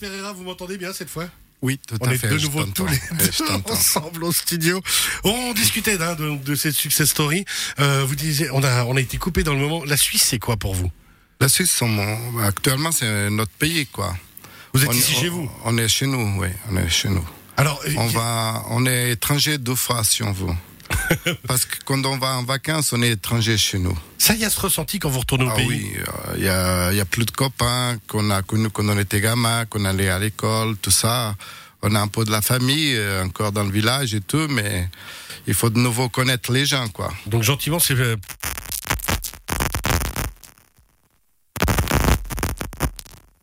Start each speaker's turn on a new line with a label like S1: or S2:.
S1: Pereira, vous m'entendez bien cette fois
S2: Oui, tout
S1: On
S2: à
S1: est
S2: fait.
S1: de
S2: je
S1: nouveau
S2: t'entends.
S1: tous les
S2: Eh, je
S1: deux
S2: t'entends.
S1: ensemble au studio. On discutait hein, de, de cette success story. Euh, vous disiez, on a, on a été coupé dans le moment. La Suisse, c'est quoi pour vous
S2: La Suisse, c'est mon- actuellement, c'est notre pays, quoi.
S1: Vous êtes
S2: On-
S1: ici
S2: on-
S1: chez vous.
S2: On est chez nous, oui. On est chez nous.
S1: Alors, euh,
S2: On
S1: qui-
S2: va, on est étranger deux fois, si on veut. Parce que quand on va en vacances, on est étranger chez nous.
S1: ça y a ce ressenti quand vous retournez au
S2: Ah
S1: pays.
S2: oui, il n'y a, y a plus de copains qu'on a connus quand on était gamin, qu'on allait à l'école, tout ça. On a un peu de la famille, euh, encore dans le village et tout, mais il faut de nouveau connaître les gens, quoi.
S1: Donc gentiment, c'est euh,